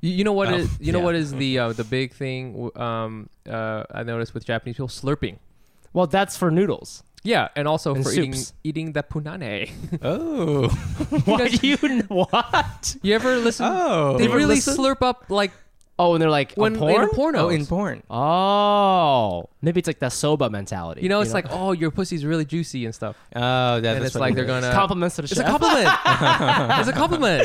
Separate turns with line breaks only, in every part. You, you know what
Oh,
is you know
yeah.
what is the uh, the big thing w- um, uh, I noticed with Japanese people slurping.
Well, that's for noodles.
Yeah, and also
And
for
soups.
eating eating the punane.
Oh,
Why
guys-
do you kn- what?
you ever listen?
oh,
They
ever
really
listen?
slurp up like
Oh, and they're like a
When- in
porn?
a porno.
oh, in porn.
Oh, maybe it's like the soba mentality.
you know it's like oh your pussy's really juicy and stuff.
Oh, that,
and
that's
it's
what
like
it
they're
is.
gonna
compliments to the
It's a
chef.
compliment. it's a compliment.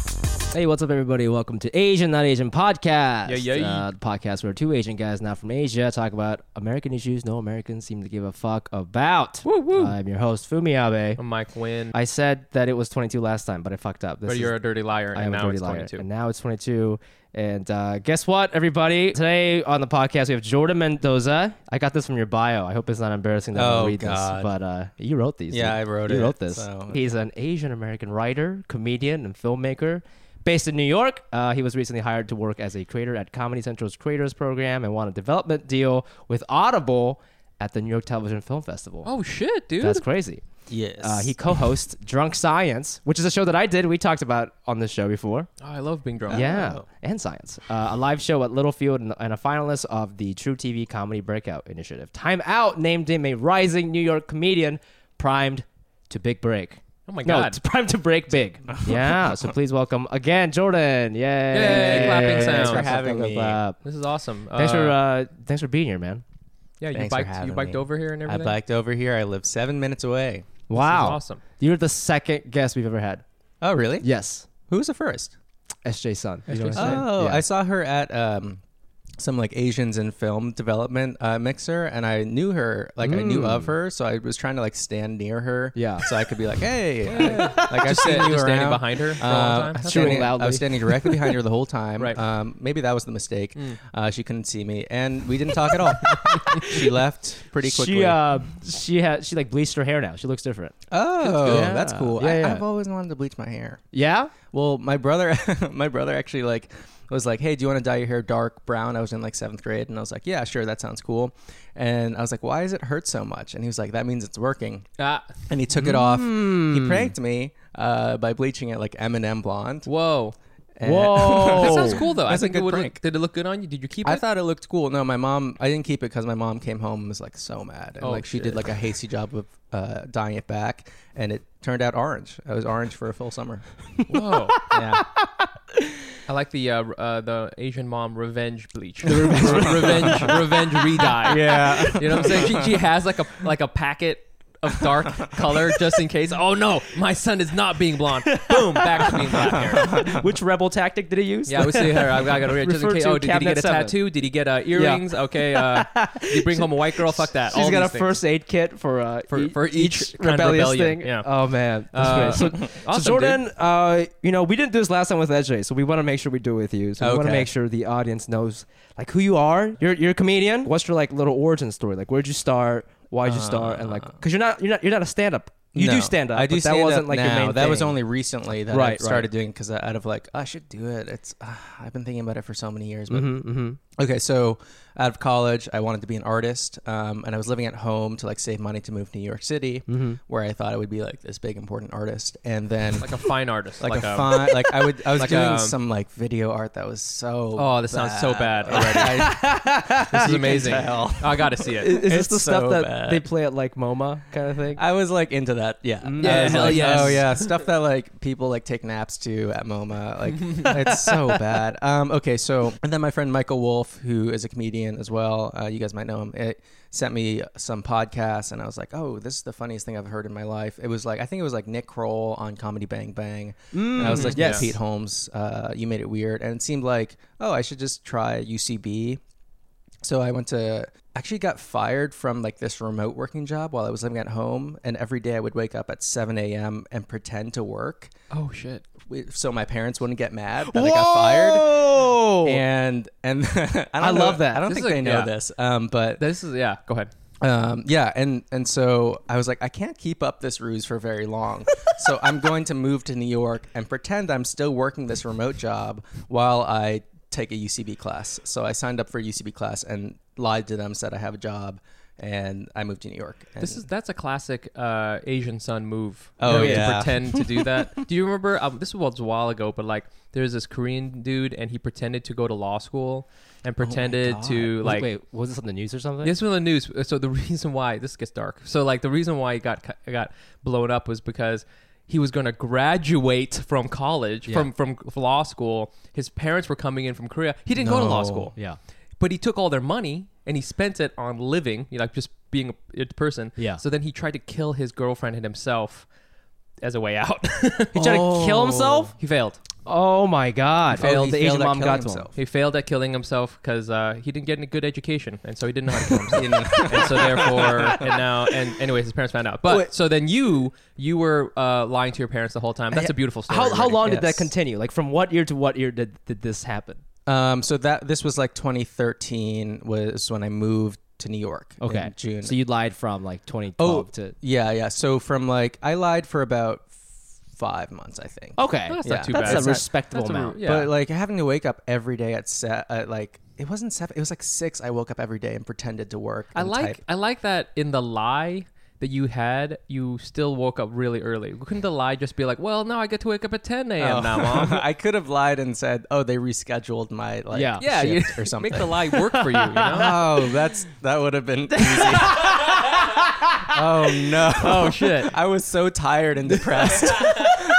Hey, what's up, everybody? Welcome to Asian Not Asian Podcast.
Yeah, yeah.
Uh, the podcast where two Asian guys not from Asia talk about American issues no Americans seem to give a fuck about.
Woo, woo.
I'm your host, Fumiabe.
I'm Mike Wynn,
I said that it was 22 last time, but I fucked up. This
but
is-
you're a dirty liar,
I
and
am a
now
dirty
it's
liar.
22.
And now it's 22. And uh, guess what, everybody? Today on the podcast, we have Jordan Mendoza. I got this from your bio. I hope it's not embarrassing that
Oh,
I read this,
God.
but uh, you wrote these.
Yeah,
You-
I wrote
you
it,
wrote this.
so-
He's an Asian American writer, comedian, and filmmaker. Based in New York, uh, he was recently hired to work as a creator at Comedy Central's Creators Program and won a development deal with Audible at the New York Television Film Festival.
oh shit, dude.
That's crazy.
Yes.
Uh, he co-hosts Drunk Science, which is a show that I did. We talked about on this show before.
oh, I love being drunk.
Yeah, and science. Uh, a live show at Littlefield and, and a finalist of the True TV Comedy Breakout Initiative. Time Out named him a rising New York comedian primed to big break.
Oh my
No,
God.
it's primed to break big. yeah, so please welcome again Jordan. Yay!
Yay, clapping sounds.
Clap,
Thanks for
clap,
having
clap,
me.
clap.
This is awesome.
Thanks for uh, thanks for being here, man.
yeah, you
thanks for
biked you
having
biked
me.
over here and
I
everything.
biked over here. I live seven minutes away.
Wow,
awesome.
You're the second guest we've ever had.
Oh, really?
Yes,
Who was the first?
SJ Sun. You know
SJ
what I'm saying?
Oh,
Yeah.
I saw her at um, some like Asians in film development uh, mixer, and I knew her. Like I knew of her, so I was trying to like stand near her.
Yeah.
So I could be like, hey, like I've
Just,
seen
sta-
you
just standing
around.
behind her for a long
Uh,
time.
I was
That's
Chewing
standing-
loudly.
I was standing directly behind her the whole time.
Right.
Um, maybe that was the mistake. Uh, she couldn't see me, and we didn't talk at all. she left pretty quickly.
She uh, she had she like bleached her hair now. She looks different.
oh,
good.
that's cool.
Yeah,
I,
yeah.
I've always wanted to bleach my hair.
Yeah.
Well, my brother, my brother actually like was like, "Hey, do you want to dye your hair dark brown?" I was in like seventh grade, and I was like, "Yeah, sure, that sounds cool." And I was like, "Why does it hurt so much?" And he was like, "That means it's working."
Ah,
And he took it off.
Hmm.
Mm.
He pranked me uh, by bleaching it like Eminem blonde.
whoa.
And-
Whoa.
That sounds cool though. I
That's a
think it
good
would look,
prank.
did it look good on you? Did you keep
I
it?
thought it looked cool. No, my mom, I didn't keep it because my mom came home and was like so mad, and
Oh,
like she
shit.
did like a hasty job of uh, dyeing it back, and it turned out orange. I was orange for a full summer.
Whoa.
Yeah.
I like the uh, uh, the Asian mom revenge bleach. revenge revenge redye.
yeah.
You know what I'm saying? She, she has like a like a packet of dark color just in case. Oh no, my son is not being blonde. Boom, back to being black hair.
Which rebel tactic did he use?
Yeah, I would see her. I, I got to just in
Refer
case.
to
Oh, did, did he
cabinet
get a
seven.
tattoo? Did he get uh, earrings? Okay, uh, did he bring home a white girl? Fuck that.
She's
All
got a
these things.
first aid kit for uh,
For- for each kind of
rebellious
rebellion,
thing.
yeah.
Oh man, that's
Uh,
great. So,
awesome,
so Jordan, uh, you know, we didn't do this last time with Edge, so we want to make sure we do it with you. So we want to
Okay.
make sure the audience knows like who you are. You're you're a comedian. What's your like little origin story? Like where'd you start? Why'd you start? And like, cause you're not you're not you're not a stand up. You
No.
do stand up.
I
But
do.
that
stand-up
wasn't like your
now.
main.
That was
thing.
only recently that I
Right,
started
right.
doing because out of like I should do it. It's uh, I've been thinking about it for so many years. But
Mhm, mhm.
okay, so out of college, I wanted to be an artist, um, and I was living at home to like save money to move to New York City,
Mm-hmm.
where I thought I would be like this big important artist, and then.
like a fine artist,
like, a, fine, like um, I would, I was
like
doing
a-
some like video art that was so.
Oh, this sounds so bad already.
I-
this is amazing. Oh,
tell.
I got to see it.
Is this
It's
the stuff
so
that
bad.
they play at like MoMA kind of thing?
I was like into that, yeah.
Yeah,
I was
hell
like,
yes.
Oh yeah, stuff that like people like take naps to at MoMA. Like it's so bad. Um, okay, so and then my friend Michael Wolf, who is a comedian as well, uh, you guys might know him. It sent me some podcasts, and I was like, oh, this is the funniest thing I've heard in my life. It was like I think it was like Nick Kroll on Comedy Bang Bang, and I was like,
Mm, yes.
yes. Pete Holmes, uh, you made it weird, and it seemed like oh, I should just try UCB. So I went to actually got fired from like this remote working job while I was living at home, and every day I would wake up at 7 a.m. and pretend to work,
oh shit.
wi- so my parents wouldn't get mad that I got fired.
Oh.
And and I, don't
I
know-
love that.
I don't
This
think
is a-
they know
yeah.
this, um, but
This is yeah. Go ahead.
Um, yeah, and and so I was like, I can't keep up this ruse for very long, so I'm going to move to New York and pretend I'm still working this remote job while I take a UCB class. So I signed up for a UCB class and lied to them, said I have a job, and I moved to New York. And
This is that's a classic uh, Asian son move.
Oh,
you know,
yeah.
to pretend to do that. do you remember? Um, this was a while ago, but like there's this Korean dude, and he pretended to go to law school and pretended to like.
Oh wait, was this on the news or something?
This was on the news. uh, So the reason why this gets dark. So like the reason why he got cu- got blown up was because he was going to graduate from college from from law school. His parents were coming in from Korea. He didn't go to law
No.
school.
Oh. Yeah.
But he took all their money and he spent it on living, you know, like just being a person.
Yeah.
So then he tried to kill his girlfriend and himself as a way out. he tried to kill himself. He failed.
Oh my God!
failed-
oh,
he
the
failed
Asian
at
mom
killing
got to him.
himself.
He failed at killing himself because uh, he didn't get any good education, and so he didn't know how to kill himself. and so therefore, and now, and anyways, his parents found out. But
Wait.
so then you you were uh, lying to your parents the whole time. That's a beautiful story.
How, how
right?
long did
Yes.
that continue? Like from what year to what year did, did this happen?
um, so that this was like 2013 was when I moved to New York. in
Okay,
June. Oh.
So you lied from like 2012 to
yeah, yeah. So from like I lied for about f- five months, I think.
okay.
That's
Yeah.
Oh, not too
That's
bad.
a respectable amount.
yeah.
But like having to wake up every day at set, uh, like it wasn't seven. It was like six. I woke up every day and pretended to work.
I
and
like
type.
I like that in the lie that you had, you still woke up really early. Couldn't the lie just be like, well, now I get to wake up at 10 a.m. now, mom?
I could have lied and said, "Oh, they rescheduled my like
Yeah.
Yeah, you
shift or something."
make the lie work for you. You know?
oh, that's that would have been easy. oh no!
oh shit!
I was so tired and depressed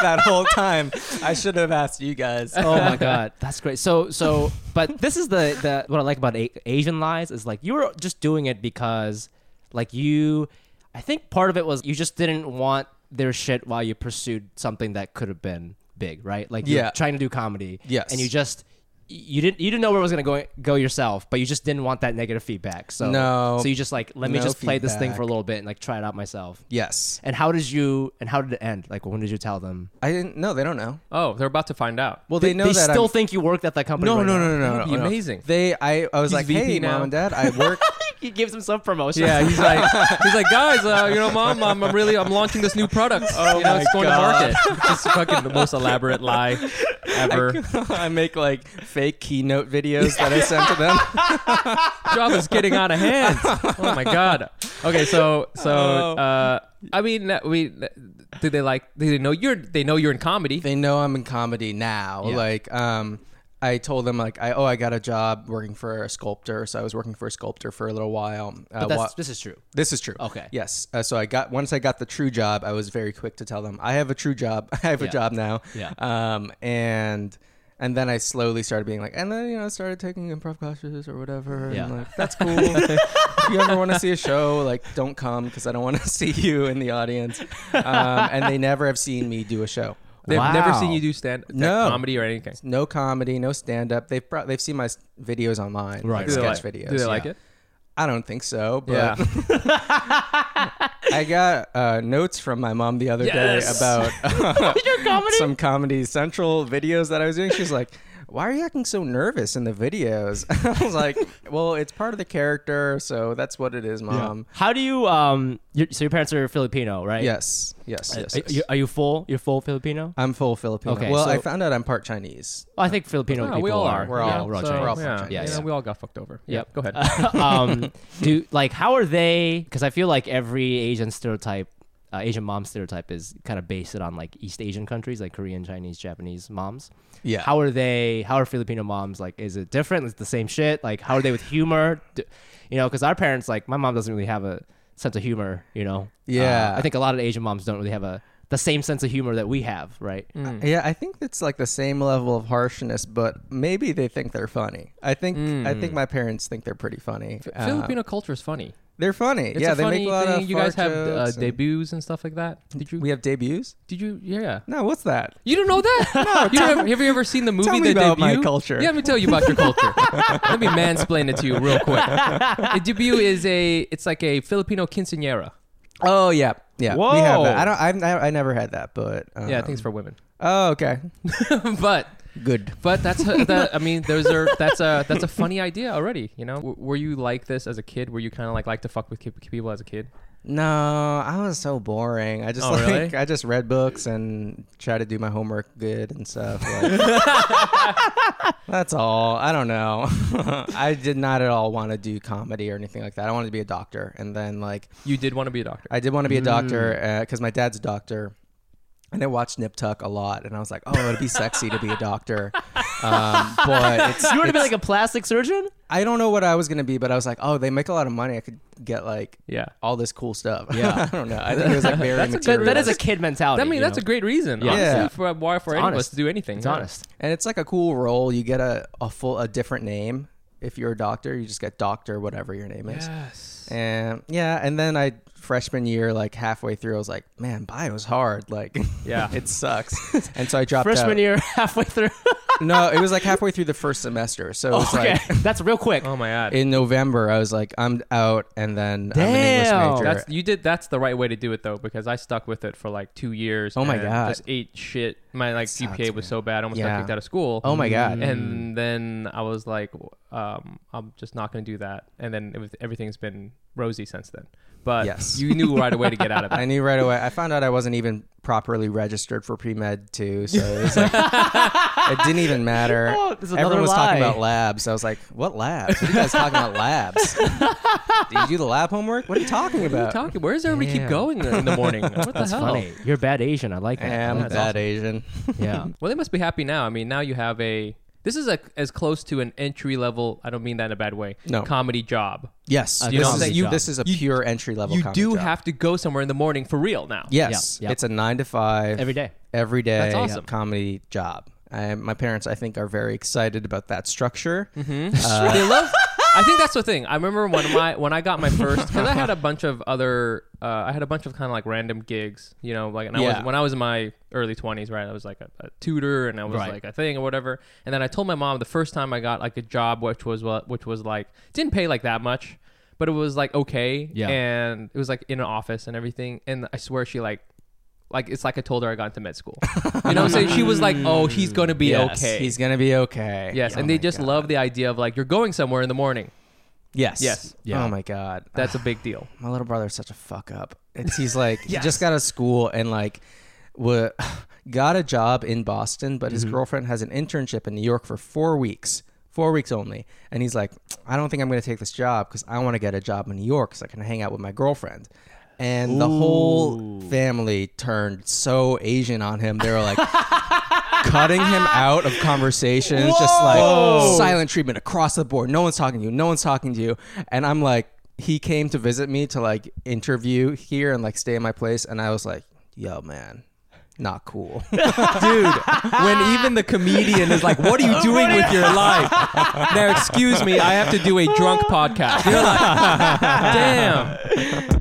that whole time. I should have asked you guys.
Oh my god, that's great. So so, but this is the the what I like about a- Asian lies is like you were just doing it because like you, I think part of it was you just didn't want their shit while you pursued something that could have been big, right? Like you're
Yeah.
trying to do comedy,
Yes.
and you just. You didn't. You didn't know where it was gonna go go yourself, but you just didn't want that negative feedback. So
No.
So you just like let me
No
just play this thing for a
feedback.
little bit and like try it out myself.
Yes,
And how did you? And how did it end? Like when did you tell them?
I didn't. No, they don't know.
Oh, they're about to find out.
Well, they, know
they
that
still
I'm-
think you worked at that company.
No,
right
no,
now.
no, no, no,
would
no,
be
no.
amazing.
They, I, I was
He's
like,
VP
hey,
now."
mom and dad, I work.
he gives himself promotion.
yeah, he's like, he's like, guys, uh, you know, mom, I'm, I'm really, I'm launching this new product. Oh you know,
my
it's going
God.
to market. Just fucking the most elaborate lie ever.
I make like fake keynote videos that I send to them.
job is getting out of hand. Oh my god. Okay, so so
Oh.
uh, I mean, that we do they like? Do they know you're? They know you're in comedy.
they know I'm in comedy now. Like, um, I told them like, I oh, I got a job working for a sculptor, so I was working for a sculptor for a little while. Uh,
But that's,
wa-
this is true.
This is true.
Okay.
Yes. Uh, so I got once I got the true job, I was very quick to tell them I have a true job. I have a job now.
Yeah.
Um, and and then I slowly started being like, and then you know I started taking improv classes or whatever.
Yeah.
And like, that's cool. if you ever want to see a show, like don't come because I don't want to see you in the audience. Um, and they never have seen me do a show.
They've never
Wow.
seen you do stand like,
No.
comedy or anything.
No comedy, no stand up. They've brought, they've seen my s- videos online,
Right.
right?
Do
they
sketch
like,
videos.
Do they like
Yeah.
it?
I don't think so, but
Yeah.
I got uh, notes from my mom the other
Yes.
day about some Comedy Central videos that I was doing. She was like, "Why are you acting so nervous in the videos?" I was like, "Well, it's part of the character, so that's what it is, mom."
How do you? Um, your, so your parents are Filipino, right? Uh,
Yes, yes, yes.
Are
yes. Uh,
you, are you full? You're full Filipino?
I'm full Filipino.
Okay,
well,
so-
I found out I'm part Chinese.
I think Filipino
No,
people
we all
are.
are.
We're all-
yeah, we're all
so-
Chinese.
we're all
yeah,
Chinese.
yeah,
Yeah.
we all got fucked over. Yeah,
Yep.
Go
Uh,
ahead.
um, do like how are they? Because I feel like every Asian stereotype, uh, Asian mom stereotype, is kind of based on like East Asian countries, like Korean, Chinese, Japanese moms.
Yeah.
How are they? How are Filipino moms like? Is it different? Is it the same shit? Like how are they with humor? Do, you know, because our parents, like my mom, doesn't really have a sense of humor. You know.
Yeah.
Uh, I think a lot of Asian moms don't really have a the same sense of humor that we have, right?
Uh, Yeah, I think it's like the same level of harshness, but maybe they think they're funny. I think I think my parents think they're pretty funny. Uh,
Filipino culture is funny.
they're funny.
It's
yeah,
a
they
funny
make a lot
thing.
of
you guys have
fart
uh,
jokes and-
debuts and stuff like that. Did you?
We have debuts.
did you? Yeah.
No, what's that?
You don't know that? no. You don't- have you ever seen the movie
Tell me
The
about
Debut?
my culture.
Yeah, let me tell you about your culture. let me mansplain it to you real quick. The debut is a it's like a Filipino quinceañera.
Oh yeah, yeah. We have
Whoa.
that. I don't. I've, I, I never had that, but um,
Yeah, I think it's for women.
Oh okay.
but
Good.
But that's that, I mean, those are that's a that's a funny idea already. You know, w- were you like this as a kid? Were you kind of like like to fuck with ki- people as a kid?
No, I was so boring. I just
Oh,
like
really?
I just read books and try to do my homework good and stuff. Like, that's all. I don't know. I did not at all want to do comedy or anything like that. I wanted to be a doctor, and then like
You did want to be a doctor.
I did want to be a doctor
Mm.
because my dad's a doctor, and I watched Nip Tuck a lot, and I was like, oh, it'd be sexy to be a doctor, um, but it's
you want to be like a plastic surgeon?
I don't know what I was gonna be, but I was like, oh, they make a lot of money. I could get like
yeah.
all this cool stuff. Yeah, I don't know. I think it was like very
That,
material.
that is a kid mentality.
I mean,
you
that's
know?
a great reason.
Yeah.
Yeah.
Honestly, for why for any of us
honest.
to do anything.
It's
yeah.
honest.
and it's like a cool role. You get a, a full a different name if you're a doctor. You just get doctor whatever your name is.
Yes.
And yeah, and then I freshman year, like halfway through, I was like, man, bio's hard. Like,
Yeah.
it sucks. and so I dropped
Freshman
out.
year, halfway through.
No, it was like halfway through the first semester. So it was
okay,
like
that's real quick.
Oh my god.
in November, I was like, I'm out, and then I'm an
Damn.
English major.
that's you did. That's the right way to do it though, because I stuck with it for like two years.
Oh my
and
God.
Just ate shit. My like
sucks,
GPA was
man.
so bad, I almost
Yeah.
got kicked out of school.
oh my god.
And then I was like, um, I'm just not going to do that. And then it was, everything's been rosy since then. But
Yes.
you knew right away to get out of
I
it.
knew right away. I found out I wasn't even properly registered for pre med too, so it was like it didn't even matter.
Oh, this is another
Everyone was talking
lie.
about labs. I was like, "What labs? What are you guys talking about labs? Did you do the lab homework? What are you talking about?"
Talking, where does everybody
Damn.
keep going in the morning? What the
That's
hell?
funny. You're a bad Asian. I like that.
I'm
That's
that Asian.
awesome. Yeah.
Well, they must be happy now. I mean, now you have a. This is a, as close to an entry level. I don't mean that in a bad way.
No.
comedy job.
Yes,
You
Uh,
know
this,
what I'm
is a,
saying?
this is a
You-
pure entry level.
you do have to go somewhere in the morning for real now.
Yes,
Yeah, yeah.
it's a nine to five
Every day.
every day
That's awesome.
comedy job. I, my parents, I think, are very excited about that structure.
Mm-hmm. they love. I think that's the thing. I remember when my when I got my first because I had a bunch of other uh, I had a bunch of kind of like random gigs, you know, like and I
Yeah.
was when I was in my early twenties, right? I was like a, a tutor and I was
Right.
like a thing or whatever. And then I told my mom the first time I got like a job, which was what which was like didn't pay like that much, but it was like okay,
Yeah.
and it was like in an office and everything. And I swear she like. Like it's like I told her I got into med school. You know what I'm saying? She was like, "Oh, he's gonna be
Yes,
okay."
He's gonna be okay.
Yes,
Oh
and they
my
just
God.
love the idea of like you're going somewhere in the morning.
Yes.
Yes.
Yeah.
Oh my god.
That's a big deal.
my little brother's such a fuck up. It's, he's like he just got out of school and like wa got a job in Boston, but his girlfriend has an internship in New York for four weeks. Four weeks only. And he's like, I don't think I'm gonna take this job because I want to get a job in New York so I can hang out with my girlfriend. And the whole family turned so Asian on him. They were like cutting him out of conversations, just like silent treatment across the board. No one's talking to you. No one's talking to you. And I'm like, he came to visit me to like interview here and like stay in my place. And I was like, yo, man. Not cool, dude. When even the comedian is like, "What are you doing with your life?"
Now, excuse me, I have to do a drunk podcast. You're like, damn.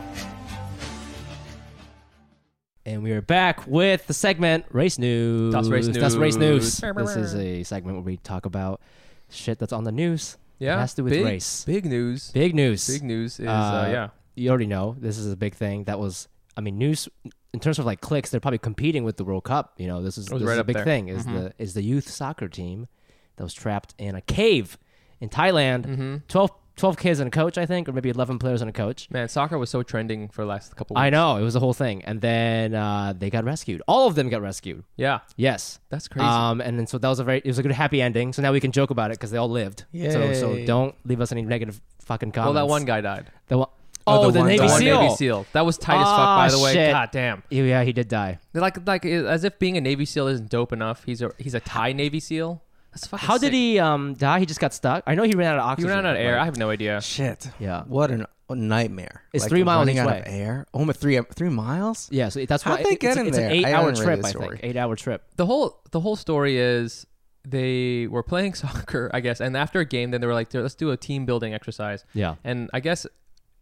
And we are back with the segment Race News.
That's Race
That's Race News.
News.
this is a segment where we talk about shit that's on the news.
Yeah.
It has to do with
big,
race.
Big news. Big,
Big news.
news is, uh,
Uh,
yeah.
You already know this is a big thing. That was, I mean, news in terms of like clicks, they're probably competing with the World Cup. You know, this is,
was
this
right
is a
up
big
there. Mm-hmm.
thing. Is the
Mm-hmm.
is the youth soccer team that was trapped in a cave in Thailand. Twelve 12 kids and a coach, I think, or maybe 11 players and a coach.
Man, soccer was so trending for the last couple. Weeks.
I know it was the whole thing, and then uh, they got rescued. All of them got rescued.
Yeah,
Yes,
That's crazy.
Um, and then so that was a very it was a good happy ending. So now we can joke about it because they all lived. So so
Yay.
don't leave us any negative fucking comments.
well, that one guy died.
The Oh, one-
Oh,
um, oh,
the
the,
one
Navy
The one
SEAL.
Navy SEAL. That was tight as fuck, by
Ah,
the way.
shit.
God damn.
Yeah, he did die.
They're Like, like as if being a Navy SEAL isn't dope enough. He's a he's a Thai Navy SEAL. That's fucking.
How
sick.
did he um die? He just got stuck. I know he ran out of
He
oxygen.
ran out of air. I
Like,
have no idea.
Shit.
Yeah.
What an, a nightmare.
It's three miles
running
each
out
way.
of air. Oh, my three three miles.
yeah, so that's
How'd
why
they
it-
get
it's,
in
it's
there?
an
I haven't
eight-hour
read
trip.
this
I think
story.
eight-hour trip.
the whole the whole story is they were playing soccer, I guess, and after a game, then they were like, "Let's do a team building exercise."
Yeah.
and I guess,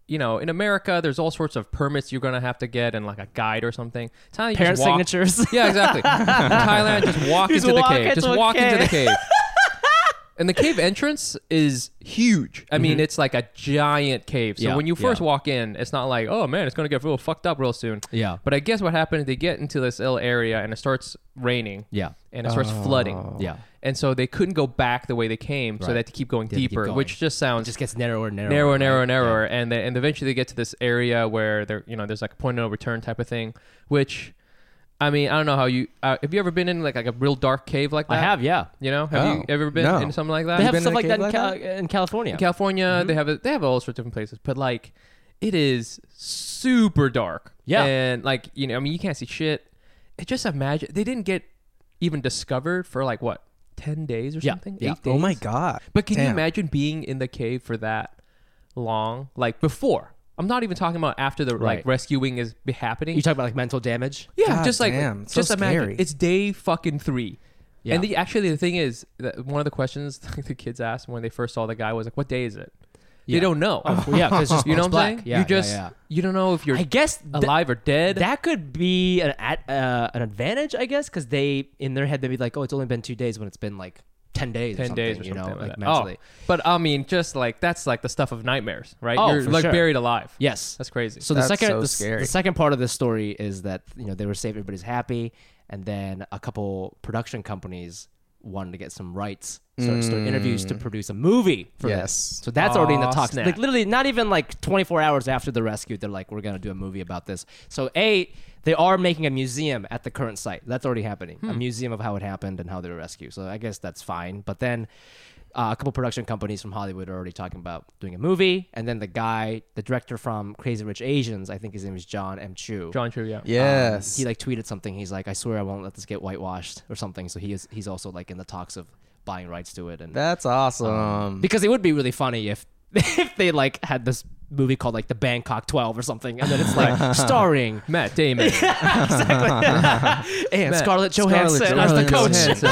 you know, in America, there's all sorts of permits you're gonna have to get and like a guide or something. It's not like you
Parent
just walk-
signatures.
Yeah, exactly. Thailand, just walk
Just
into
walk
the cave.
into
Just
a
walk into the
cave.
cave. And the cave entrance is huge. I mean, it's like a giant cave. So
Yeah,
when you first
yeah.
walk in, it's not like, oh man, it's gonna get real fucked up real soon.
Yeah.
But I guess what happened is they get into this little area and it starts raining.
Yeah.
And it starts flooding.
Yeah.
And so they couldn't go back the way they came, so
Right.
they had to keep going
They had to keep
deeper,
going.
which just sounds
Just gets narrower and narrower.
narrower,
right?
narrower, narrower, and then and eventually they get to this area where there, you know, there's like a point of no return type of thing. Which, I mean, I don't know how you uh, have you ever been in like like a real dark cave like
I
that?
have, yeah.
You know, have you
No.
ever been
No.
in something like that?
They
You've
have
been
stuff
in a
like that
cave
in,
like
Cal-
that?
in California.
in California. They
Mm-hmm.
have a, they have all sorts of different places, but like it is super dark.
Yeah.
and like you know, I mean, you can't see shit. It just imagine they didn't get even discovered for like what ten days or
Yeah,
something.
yeah.
Eight days.
Oh my god.
But can you
Damn.
imagine being in the cave for that long? Like before. I'm not even talking about after the
Right.
like rescuing is be- happening.
You talk about like mental damage.
yeah,
God
just like
damn, it's so
just imagine
scary.
it's day fucking three.
Yeah.
And the, actually, the thing is, that one of the questions the kids asked when they first saw the guy was like, "What day is it?" They
Yeah.
don't know.
Well, yeah, 'cause it's just-
you know
it's
what I'm
black.
saying?
Yeah,
you
yeah,
just
yeah.
you don't know if you're
I guess th-
alive or dead.
That could be an at, uh, an advantage, I guess, because they in their head they'd be like, "Oh, it's only been two days," when it's been like ten days, or
ten
something,
days or
you know,
something
like
like that.
mentally.
Oh, but I mean, just like that's like the stuff of nightmares, right?
Oh,
you're
for
like
sure.
buried alive.
Yes,
that's crazy.
So the
That's
second
so
the, s-
scary.
the second part of this story is that you know they were safe, everybody's happy, and then a couple production companies wanted to get some rights, so so interviews to produce a movie. For
Mm. Yes.
this. so that's already in the
Aw,
talks.
snap.
Like literally, not even like 24 hours after the rescue, they're like, we're gonna do a movie about this. So a they are making a museum at the current site. That's already happening. A
Hmm.
museum of how it happened and how they were rescued. So I guess that's fine. But then uh, a couple production companies from Hollywood are already talking about doing a movie. And then the guy, the director from Crazy Rich Asians, I think his name is John M. Chu. Um,
John Chu, yeah.
Yes.
He like tweeted something. He's like, I swear I won't let this get whitewashed or something. So he is he's also like in the talks of buying rights to it and
That's awesome.
because it would be really funny if if they like had this movie called like the Bangkok 12 or something and then it's like starring
Matt Damon.
exactly and Scarlett Johansson as the coach.
Johansson.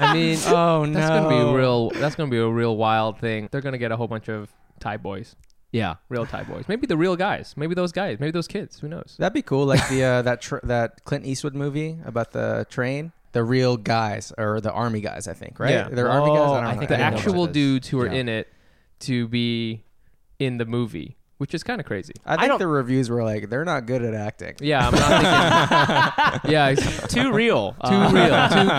I mean,
oh no.
that's gonna be real. That's gonna be a real wild thing. They're gonna get a whole bunch of Thai boys,
Yeah.
real Thai boys. Maybe the real guys. Maybe those guys. Maybe those kids. Who knows?
That'd be cool, like the uh, that tr- that Clint Eastwood movie about the train. The real guys or the army guys, I think, right?
Yeah.
they're army guys. I,
Oh,
don't
I
know.
think
The
I know about
actual
this.
dudes who are
Yeah.
in it to be in the movie, which is kind of crazy.
I
I
think
don't-
the reviews were like they're not good at acting.
Yeah, I'm not thinking. yeah, it's
Too real.
too real.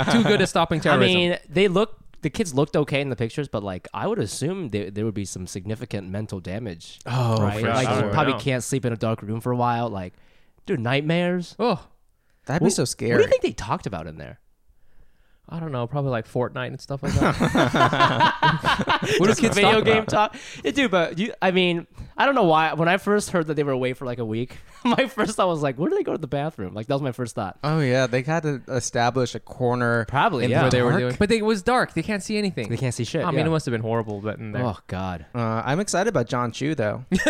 Too, too good at stopping
Uh. I
terrorism.
mean, they look the kids looked okay in the pictures, but like I would assume there, there would be some significant mental damage.
Oh,
right?
for
like
sure.
you probably
Yeah.
can't sleep in a dark room for a while. Like, dude, nightmares.
oh,
That'd be so scary.
What do you think they talked about in there?
I don't know. Probably like Fortnite and stuff like that. what do kids
Video
talk
game
about?
talk, yeah, dude. But you, I mean, I don't know why. When I first heard that they were away for like a week, my first thought was like, where do they go to the bathroom? Like that was my first thought.
Oh yeah, they had to establish a corner.
Probably,
in
yeah.
Where
The
they were
dark.
doing, but they, it was dark. They can't see anything.
They can't see shit.
I mean,
yeah.
it must have been horrible, but in there.
Oh God.
Uh, I'm excited about John Chu though.
yeah,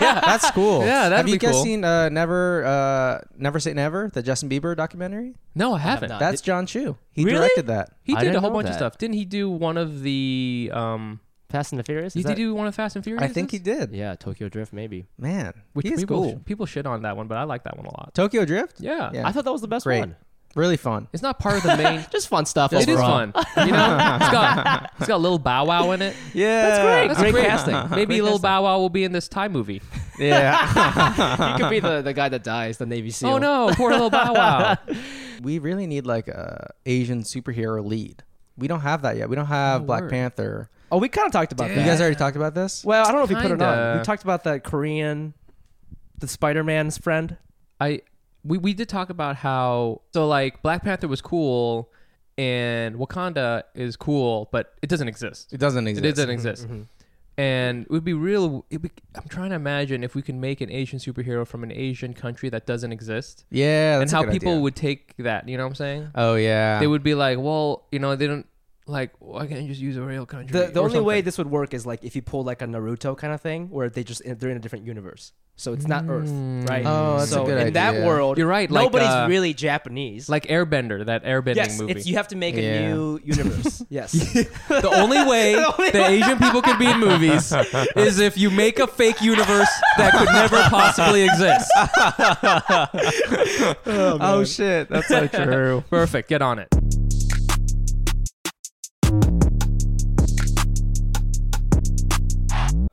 yeah.
That's cool.
Yeah, that'd
Have you
be
guys
cool.
seen uh, Never uh, Never Say Never, the Justin Bieber documentary?
No, I haven't.
not.
That's John Chu. He
Really?
directed that.
he
I
did a
didn't
whole
know
bunch of
that.
stuff. Didn't he do one of the um?
Fast and the Furious.
Did
Is
he
that-
do one of Fast and Furious?
I think he did.
Yeah, Tokyo Drift maybe.
Man,
Which
he's
people,
cool.
people shit on that one, but I like that one a lot.
Tokyo Drift.
Yeah.
Yeah.
I thought that was the best
Great.
one.
Really fun.
it's not part of the main.
Just fun stuff.
it is fun.
overall.
You know, it's got it's got little Bow Wow in it.
Yeah,
That's
Great
great.
casting.
Maybe
Great
little
casting.
Bow Wow will be in this Thai movie.
Yeah,
he could be the, the guy that dies, the Navy SEAL.
Oh no, poor little Bow Wow.
we really need like a Asian superhero lead. we don't have that yet. We don't have Black
word.
Panther.
Oh, we kind of talked about that.
You guys already talked about this.
well, I don't know if we put it on.
Kinda.
We talked about that Korean, the Spider Man's friend.
I we we did talk about how so like Black Panther was cool and Wakanda is cool, but it doesn't exist.
It doesn't
It
exist.
doesn't exist.
Mm-hmm.
And it would be real. It would, I'm trying to imagine if we can make an Asian superhero from an Asian country that doesn't exist,
Yeah,
and
that's a
how
good
people
idea.
would take that. You know what I'm saying?
Oh yeah.
They would be like, well, you know, they don't like. Why can't you just use a real country?
The, the
or
only way
something.
this would work is like if you pull like a Naruto kind of thing, where they just they're in a different universe, so it's not Earth, right?
Oh, that's a
so
good
in that
idea.
world,
You're right, like,
Nobody's
uh,
really Japanese.
like Airbender, that Airbending
yes,
movie.
it's you have to make a
Yeah.
new universe. yes,
the only way
The only
the
way-
Asian people can be in movies is if you make a fake universe that could never possibly exist.
oh shit, that's so true.
Perfect. Get on it.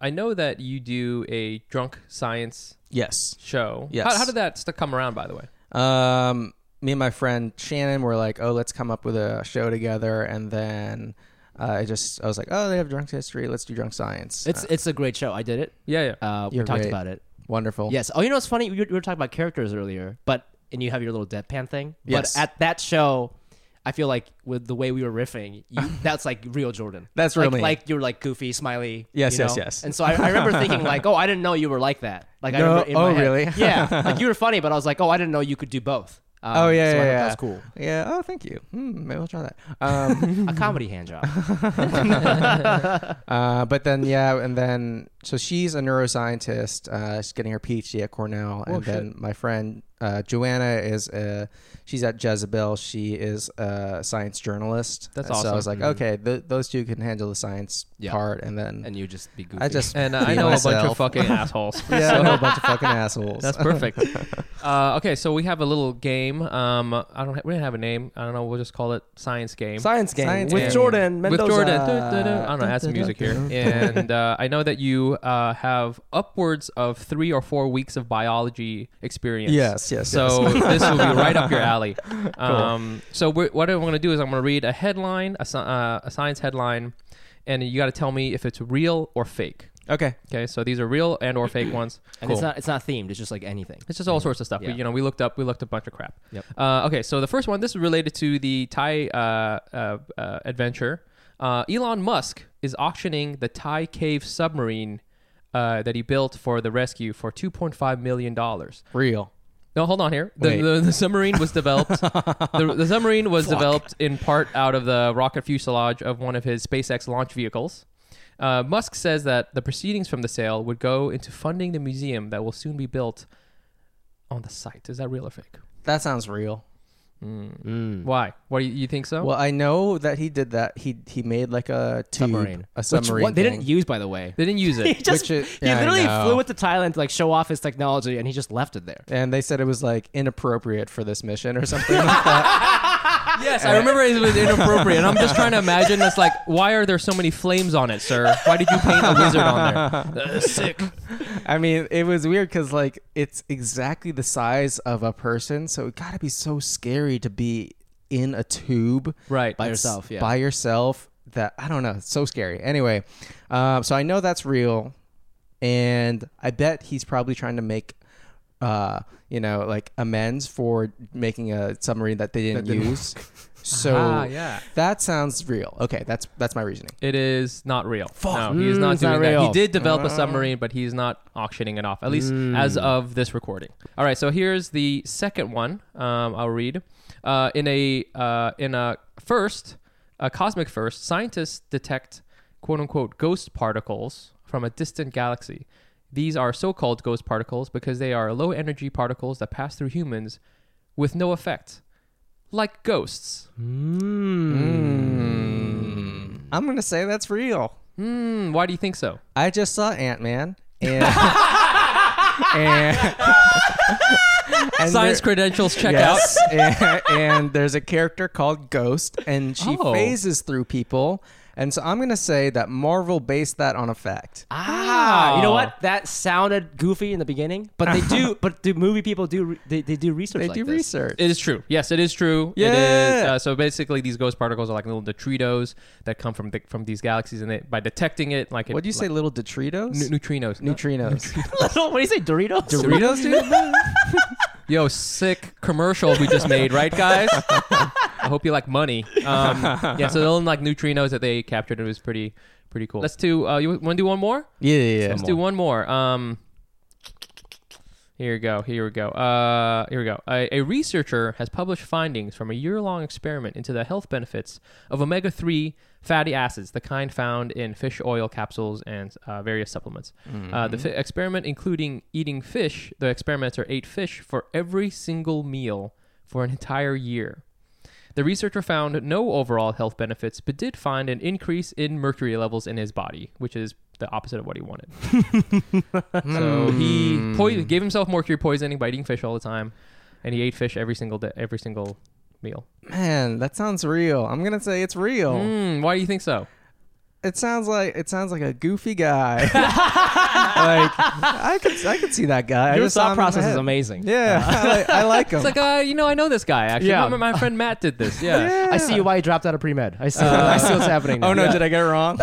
I know that you do a drunk science
yes.
show.
Yes.
How, how did that st- come around, by the way?
Um, me and my friend Shannon were like, oh, let's come up with a show together, and then uh, I just I was like, oh, they have drunk history. Let's do drunk science.
it's it's a great show. I did it.
Yeah, yeah.
Uh, we
You're
talked
right.
about it.
wonderful.
Yes. Oh, you know what's funny? We were, we were talking about characters earlier, but and you have your little deadpan thing.
Yes.
But at that show, I feel like with the way we were riffing, you, that's like real Jordan.
That's real
like,
me.
like you're like goofy, smiley.
Yes,
you know?
yes, yes.
And so I, I remember thinking like, oh, I didn't know you were like that. Like, I
No,
remember in my
oh,
head-
really?
Yeah. Like you were funny, but I was like, oh, I didn't know you could do both. Um, so
Oh yeah,
I
yeah,
thought
yeah.
That was cool.
Yeah. Oh, thank you. Hmm, maybe I'll try that. Um,
A comedy hand job.
uh, but then yeah, and then so she's a neuroscientist. Uh, she's getting her PhD at Cornell, and then my friend uh, Joanna is a, she's at Jezebel. She is a science journalist.
That's
And So I
awesome.
was like, okay, th- those two can handle the science
Yeah.
part, and then
and you just be goofy.
I just
And uh,
be
I know a bunch
myself.
of fucking assholes.
yeah, I know a bunch of fucking assholes.
That's perfect. uh, okay, so we have a little game. Um, I don't. Ha- we didn't have a name. I don't know. We'll just call it science game.
Science game
Science
with
game.
Jordan
with
Mendoza.
Jordan. Du-du-du. I don't know. Add some music here. And uh, I know that you uh, have upwards of three or four weeks of biology experience.
Yes, yes,
So this will be right up your alley. Um, So we're, what I'm going to do is I'm going to read a headline, a, sci- uh, a science headline, and you got to tell me if it's real or fake.
Okay.
Okay, so these are real and or fake ones.
And it's not it's not themed. It's just like anything.
It's just all sorts of stuff.
Yeah.
We, you know, we looked up, we looked a bunch of crap.
Yep.
Uh, okay, so the first one, this is related to the Thai uh, uh, uh, adventure. Uh, Elon Musk is auctioning the Thai cave submarine uh, that he built for the rescue for two point five million dollars.
Real.
No, hold on here. The,
Wait.
the, the submarine was developed. the, the submarine was developed in part out of the rocket fuselage of one of his SpaceX launch vehicles. Uh, Musk says that the proceedings from the sale would go into funding the museum that will soon be built on the site. Is that real or fake?
That sounds real.
Hmm.
Why? What do you, you think so?
Well, I know that he did that. He he made like a tube,
Submarine.
a
Which
submarine.
one- they
thing.
didn't use, by the way.
they didn't use
he
it.
just
Which is-
he
yeah, I
literally
know.
flew it to Thailand to like show off his technology, and he just left it there.
and they said it was like inappropriate for this mission or something like that.
yes, I remember it was inappropriate. And I'm just trying to imagine this like, why are there so many flames on it, sir? Why did you paint a wizard on there? Uh, sick.
I mean, it was weird because like it's exactly the size of a person, so it gotta be so scary to be in a tube,
Right.
By
It's
yourself, yeah.
by yourself. That I don't know, it's so scary. Anyway, um, so I know that's real, and I bet he's probably trying to make. Uh, you know, like amends for making a submarine that they didn't use. so
Ah, yeah.
that sounds real. Okay, that's that's my reasoning.
It is not real. No, he is
Mm,
not
it's
doing
not
that. He
real.
did develop a submarine, but he's not auctioning it off, at least as of this recording. All right, so here's the second one. Um, I'll read. Uh, in a uh, in a first, a cosmic first, scientists detect quote unquote ghost particles from a distant galaxy. These are so-called ghost particles because they are low-energy particles that pass through humans with no effect, like ghosts.
I'm gonna say that's real.
Hmm, why do you think so?
I just saw Ant Man and. and- and
Science
there-
credentials check out.
Yes, and, and there's a character called Ghost, and she
Oh.
phases through people, And so I'm gonna say that Marvel based that on a fact.
Ah, you know what? That sounded goofy in the beginning, but they do. but the movie people do. re- They, they do research.
they
like
do
this.
research.
It is true. Yes, it is true. It is.
Yeah.
Uh, so basically, these ghost particles are like little detritos that come from the, from these galaxies, and they, by detecting it, like it,
what do you say,
like,
little detritos?
nu- neutrinos.
Neutrinos.
what do you say, Doritos?
Doritos, dude.
Yo, sick commercial we just made, right, guys? I hope you like money. Um, yeah, so those like neutrinos that they captured. It was pretty pretty cool. Let's do. Uh, you want to do one more?
yeah, yeah, yeah.
Let's do one more. Um, here we go. Here we go. Uh, here we go. A, a researcher has published findings from a year-long experiment into the health benefits of omega-3 fatty acids, the kind found in fish oil capsules and uh, various supplements. Uh, the fi- experiment, including eating fish, the experimenter ate fish for every single meal for an entire year. The researcher found no overall health benefits, but did find an increase in mercury levels in his body, which is the opposite of what he wanted. so he
Hmm.
poi- gave himself mercury poisoning by eating fish all the time, and he ate fish every single day, every single meal.
Man, that sounds real. I'm gonna say it's real.
Hmm, why do you think so?
It sounds like it sounds like a goofy guy. like I could I could see that guy. I
Your
just saw him
thought
in my
process is
head.
amazing.
Yeah, I, like, I like him.
It's like, uh, you know, I know this guy actually.
Yeah.
Remember my friend Matt did this. Yeah.
yeah.
I see why you dropped out of pre med. I see. I see what's happening.
Oh no,
Yeah.
did I get it wrong?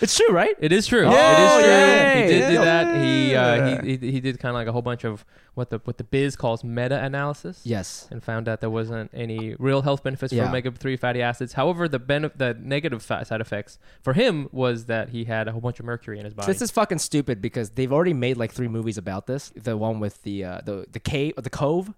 it's true, right?
It is true.
Yeah,
it is true.
yeah,
he did do
yeah.
that. He, uh,
Yeah.
he he he did kind of like a whole bunch of what the what the biz calls meta analysis.
Yes.
and found out there wasn't any real health benefits
Yeah.
for omega-3 fatty acids. However, the benef- the negative fa- side effects for him was that he had a whole bunch of mercury in his body.
This is fucking stupid because they've already made like three movies about this. The one with the uh, the the cave, the cove,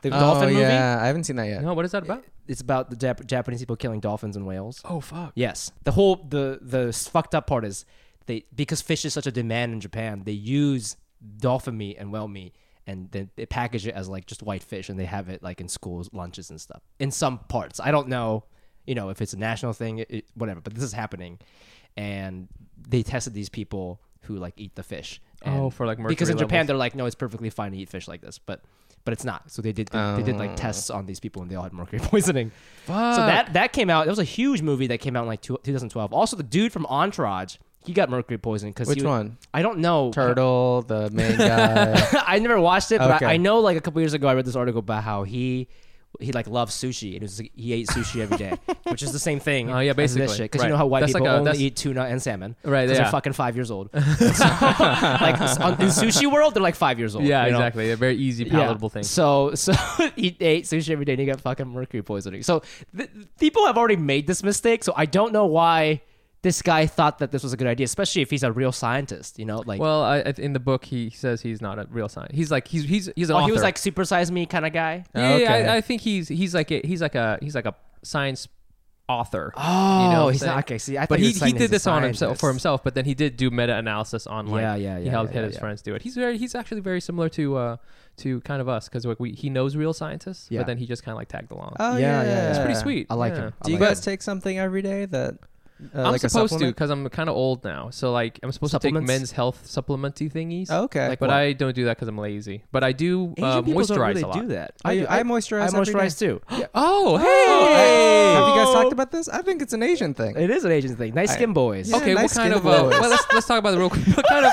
the dolphin
oh,
movie.
yeah, I haven't seen that yet.
no, what is that about?
It's about the Jap- Japanese people killing dolphins in Wales.
Oh fuck.
Yes. The whole the the fucked up part is they because fish is such a demand in Japan, they use dolphin meat and whale meat and then they package it as like just white fish and they have it like in schools lunches and stuff. In some parts. I don't know, you know, if it's a national thing, it, it- whatever, but this is happening. And they tested these people who like eat the fish. And
Oh, for, like,
because in
mercury
Japan
levels.
they're like no, it's perfectly fine to eat fish like this, but but it's not. So they did they, they did
Oh.
like tests on these people and they all had mercury poisoning. So that that came out. It was a huge movie that came out in like two, 2012. Also, the dude from Entourage, he got mercury poisoning because
Which one?
I don't know.
Turtle, the main guy.
I never watched it, but
Okay.
I, I know like a couple years ago I read this article about how he he like loved sushi and it was, he ate sushi every day, which is the same thing.
Oh, yeah,
because
basically.
you know
Right.
how white
That's like
people
a-
only
that's-
eat tuna and salmon,
Right,
'cause They're
yeah.
fucking five years old. So, like on- in sushi world, they're like five years old.
Yeah,
you know?
exactly. They're very easy,
Yeah.
palatable thing.
So, so he ate sushi every day and he got fucking mercury poisoning. So, th- people have already made this mistake. So, I don't know why this guy thought that this was a good idea, especially if he's a real scientist, you know? Like,
Well, I, I- in the book, he says he's not a real scientist. He's like he's he's he's an
oh,
author.
he was like supersize me kind of guy.
yeah, yeah,
Okay.
I, I think he's he's like a, he's like a he's like a science author.
Oh,
You know what I'm
he's
saying?
not, okay. See, I thought
but
he,
he,
was
he
saying
did
he's a
this on himself for
scientist.
himself. But then he did do meta analysis on like
Yeah, yeah,
he
yeah,
helped
yeah, yeah,
his
yeah.
friends do it. He's very he's actually very similar to uh to kind of us because like we he knows real scientists,
Yeah.
but then he just kind of like tagged along.
Oh
Yeah,
yeah,
yeah, yeah.
it's pretty sweet.
I like
yeah.
him. I
Do you
like
guys take something every day that? Uh,
I'm
like a
supposed to
supplement?
because I'm kind of old now. So like I'm supposed to take
Supplements?
men's health supplementy thingies.
Oh, okay.
Like, but
what?
I don't do that because I'm lazy. But I do
Asian
uh,
people don't
moisturize
really
a lot.
do that.
I,
do-
I, moisturize.
I
every day.
moisturize too.
Oh
Hey,
hey!
Have you guys talked about this? I think it's an Asian thing.
It is an Asian thing. Nice skin boys.
Yeah,
Okay,
nice
what kind
skin
of uh,
glows.
well, let's let's talk about the real quick. What kind of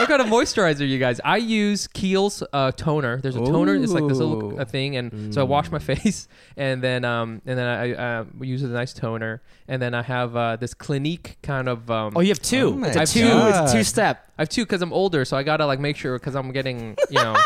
what kind of moisturizer you guys? I use Kiehl's uh, toner. There's a toner. It's like this little
Ooh.
uh, thing, and so I wash my face, and then um and then I uh, use a nice toner, and then I have uh, this Clinique kind of um.
Oh, you have
Oh
two.
my
it's a two.
God.
It's two step.
I have two because I'm older, so I gotta like make sure because I'm getting you know.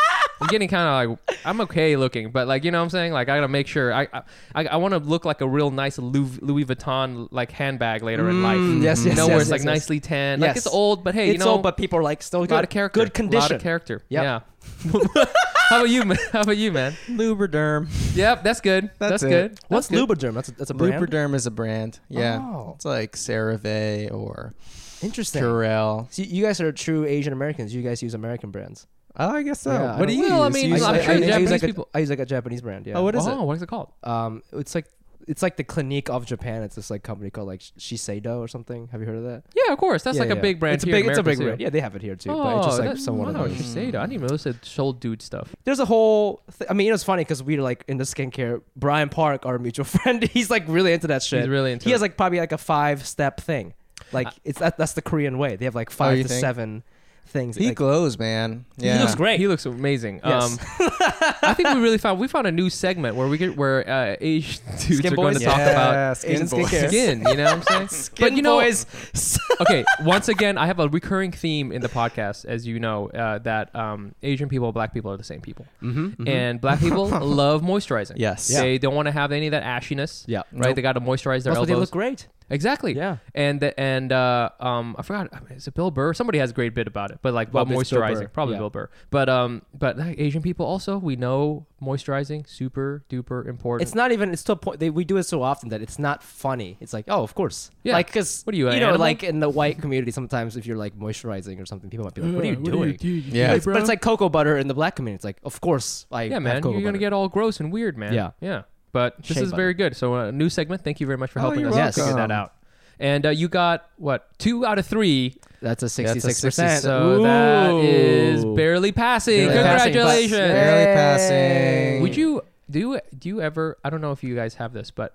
I'm getting kind of like I'm okay looking, but like you know what I'm saying like I gotta make sure I I- I, I want to look like a real nice Louis, Louis Vuitton like handbag later in life.
Mm, yes, yes,
you know where
yes,
it's
yes,
like
yes.
nicely tan. Like
Yes.
it's old, but hey,
it's
you know,
old, but people are like still
a lot
good.
of character,
Good condition.
lot of character.
Yep.
Yeah. How about you, man? How about you, man?
Lubriderm.
Yep, that's good. That's,
That's it.
good. That's
What's
good.
Lubriderm? That's a, that's a brand.
Lubriderm is a brand. Yeah,
Oh.
it's like CeraVe or
Interesting.
Purell.
So you guys are true Asian Americans. You guys use American brands.
Oh, I guess so.
Yeah, I
what do
don't-
you?
Well, I
use?
mean,
You
I'm
use
sure
like-
Japanese
use like
people-
A, I use like a Japanese brand. Yeah.
Oh, what is
oh, what is it called?
Um, it's like it's like the Clinique of Japan. It's this like company called like Shiseido or something. Have you heard of that?
Yeah, of course. That's
Yeah,
like a
yeah.
big brand.
It's
here
a
in
big, it's a
America,
big
too.
brand. Yeah, they have it here too.
Oh,
but it's just like
that-
someone
I
of
don't know.
those.
You say that. I didn't even know it's old dude stuff.
There's a whole. Th- I mean, it was funny because we were like into skincare. Brian Park, our mutual friend, he's like really into that shit.
really into
He has
it.
like probably like a five step thing. Like it's that, that's the Korean way. They have like
Oh,
five
you
to
think?
seven things.
He
like,
glows, man. Yeah.
He looks great.
He looks amazing.
Yes.
Um, I think we really found we found a new segment where we get where uh, Asian dudes
Skin
are going to
boys?
talk
Yeah,
about
skin
Asian
boys.
skin. You know what I'm saying?
Skin
you know-
boys.
okay, once again, I have a recurring theme in the podcast, as you know, uh, that um, Asian people and black people are the same people. Mm-hmm, And black people love moisturizing.
Yes.
They don't want to have any of that ashiness.
Yeah.
Right? They got to moisturize their elbows.
That's why they look great.
Exactly.
Yeah.
And the, and uh, um, I forgot. I mean, is it Bill Burr? Somebody has a great bit about it, but like about
Probably it's Bill Burr.
moisturizing, probably
Yeah.
Bill Burr. But um, but like, Asian people also we know moisturizing super duper important.
It's not even. It's to a point. They, we do it so often that it's not funny. It's like, oh, of course.
Yeah.
Like, because
What are you,
You
an
know,
animal?
like in the white community, sometimes if you're like moisturizing or something, people might be like, "What are you doing?"
Yeah.
But it's like cocoa butter in the black community. It's like, of course, I
yeah,
have
man.
cocoa
You're gonna
butter.
get all gross and weird, man.
Yeah.
yeah. But this
Shea
is very good. So a new segment. Thank you very
Oh,
much for helping
you're
us figure that
welcome.
out. And uh, you got what two out of three,
That's a
a
sixty-six
66%.
percent.
so that is barely passing.
Barely passing, but-
Congratulations!
Barely passing.
Would you do you- do you ever? I don't know if you guys have this, but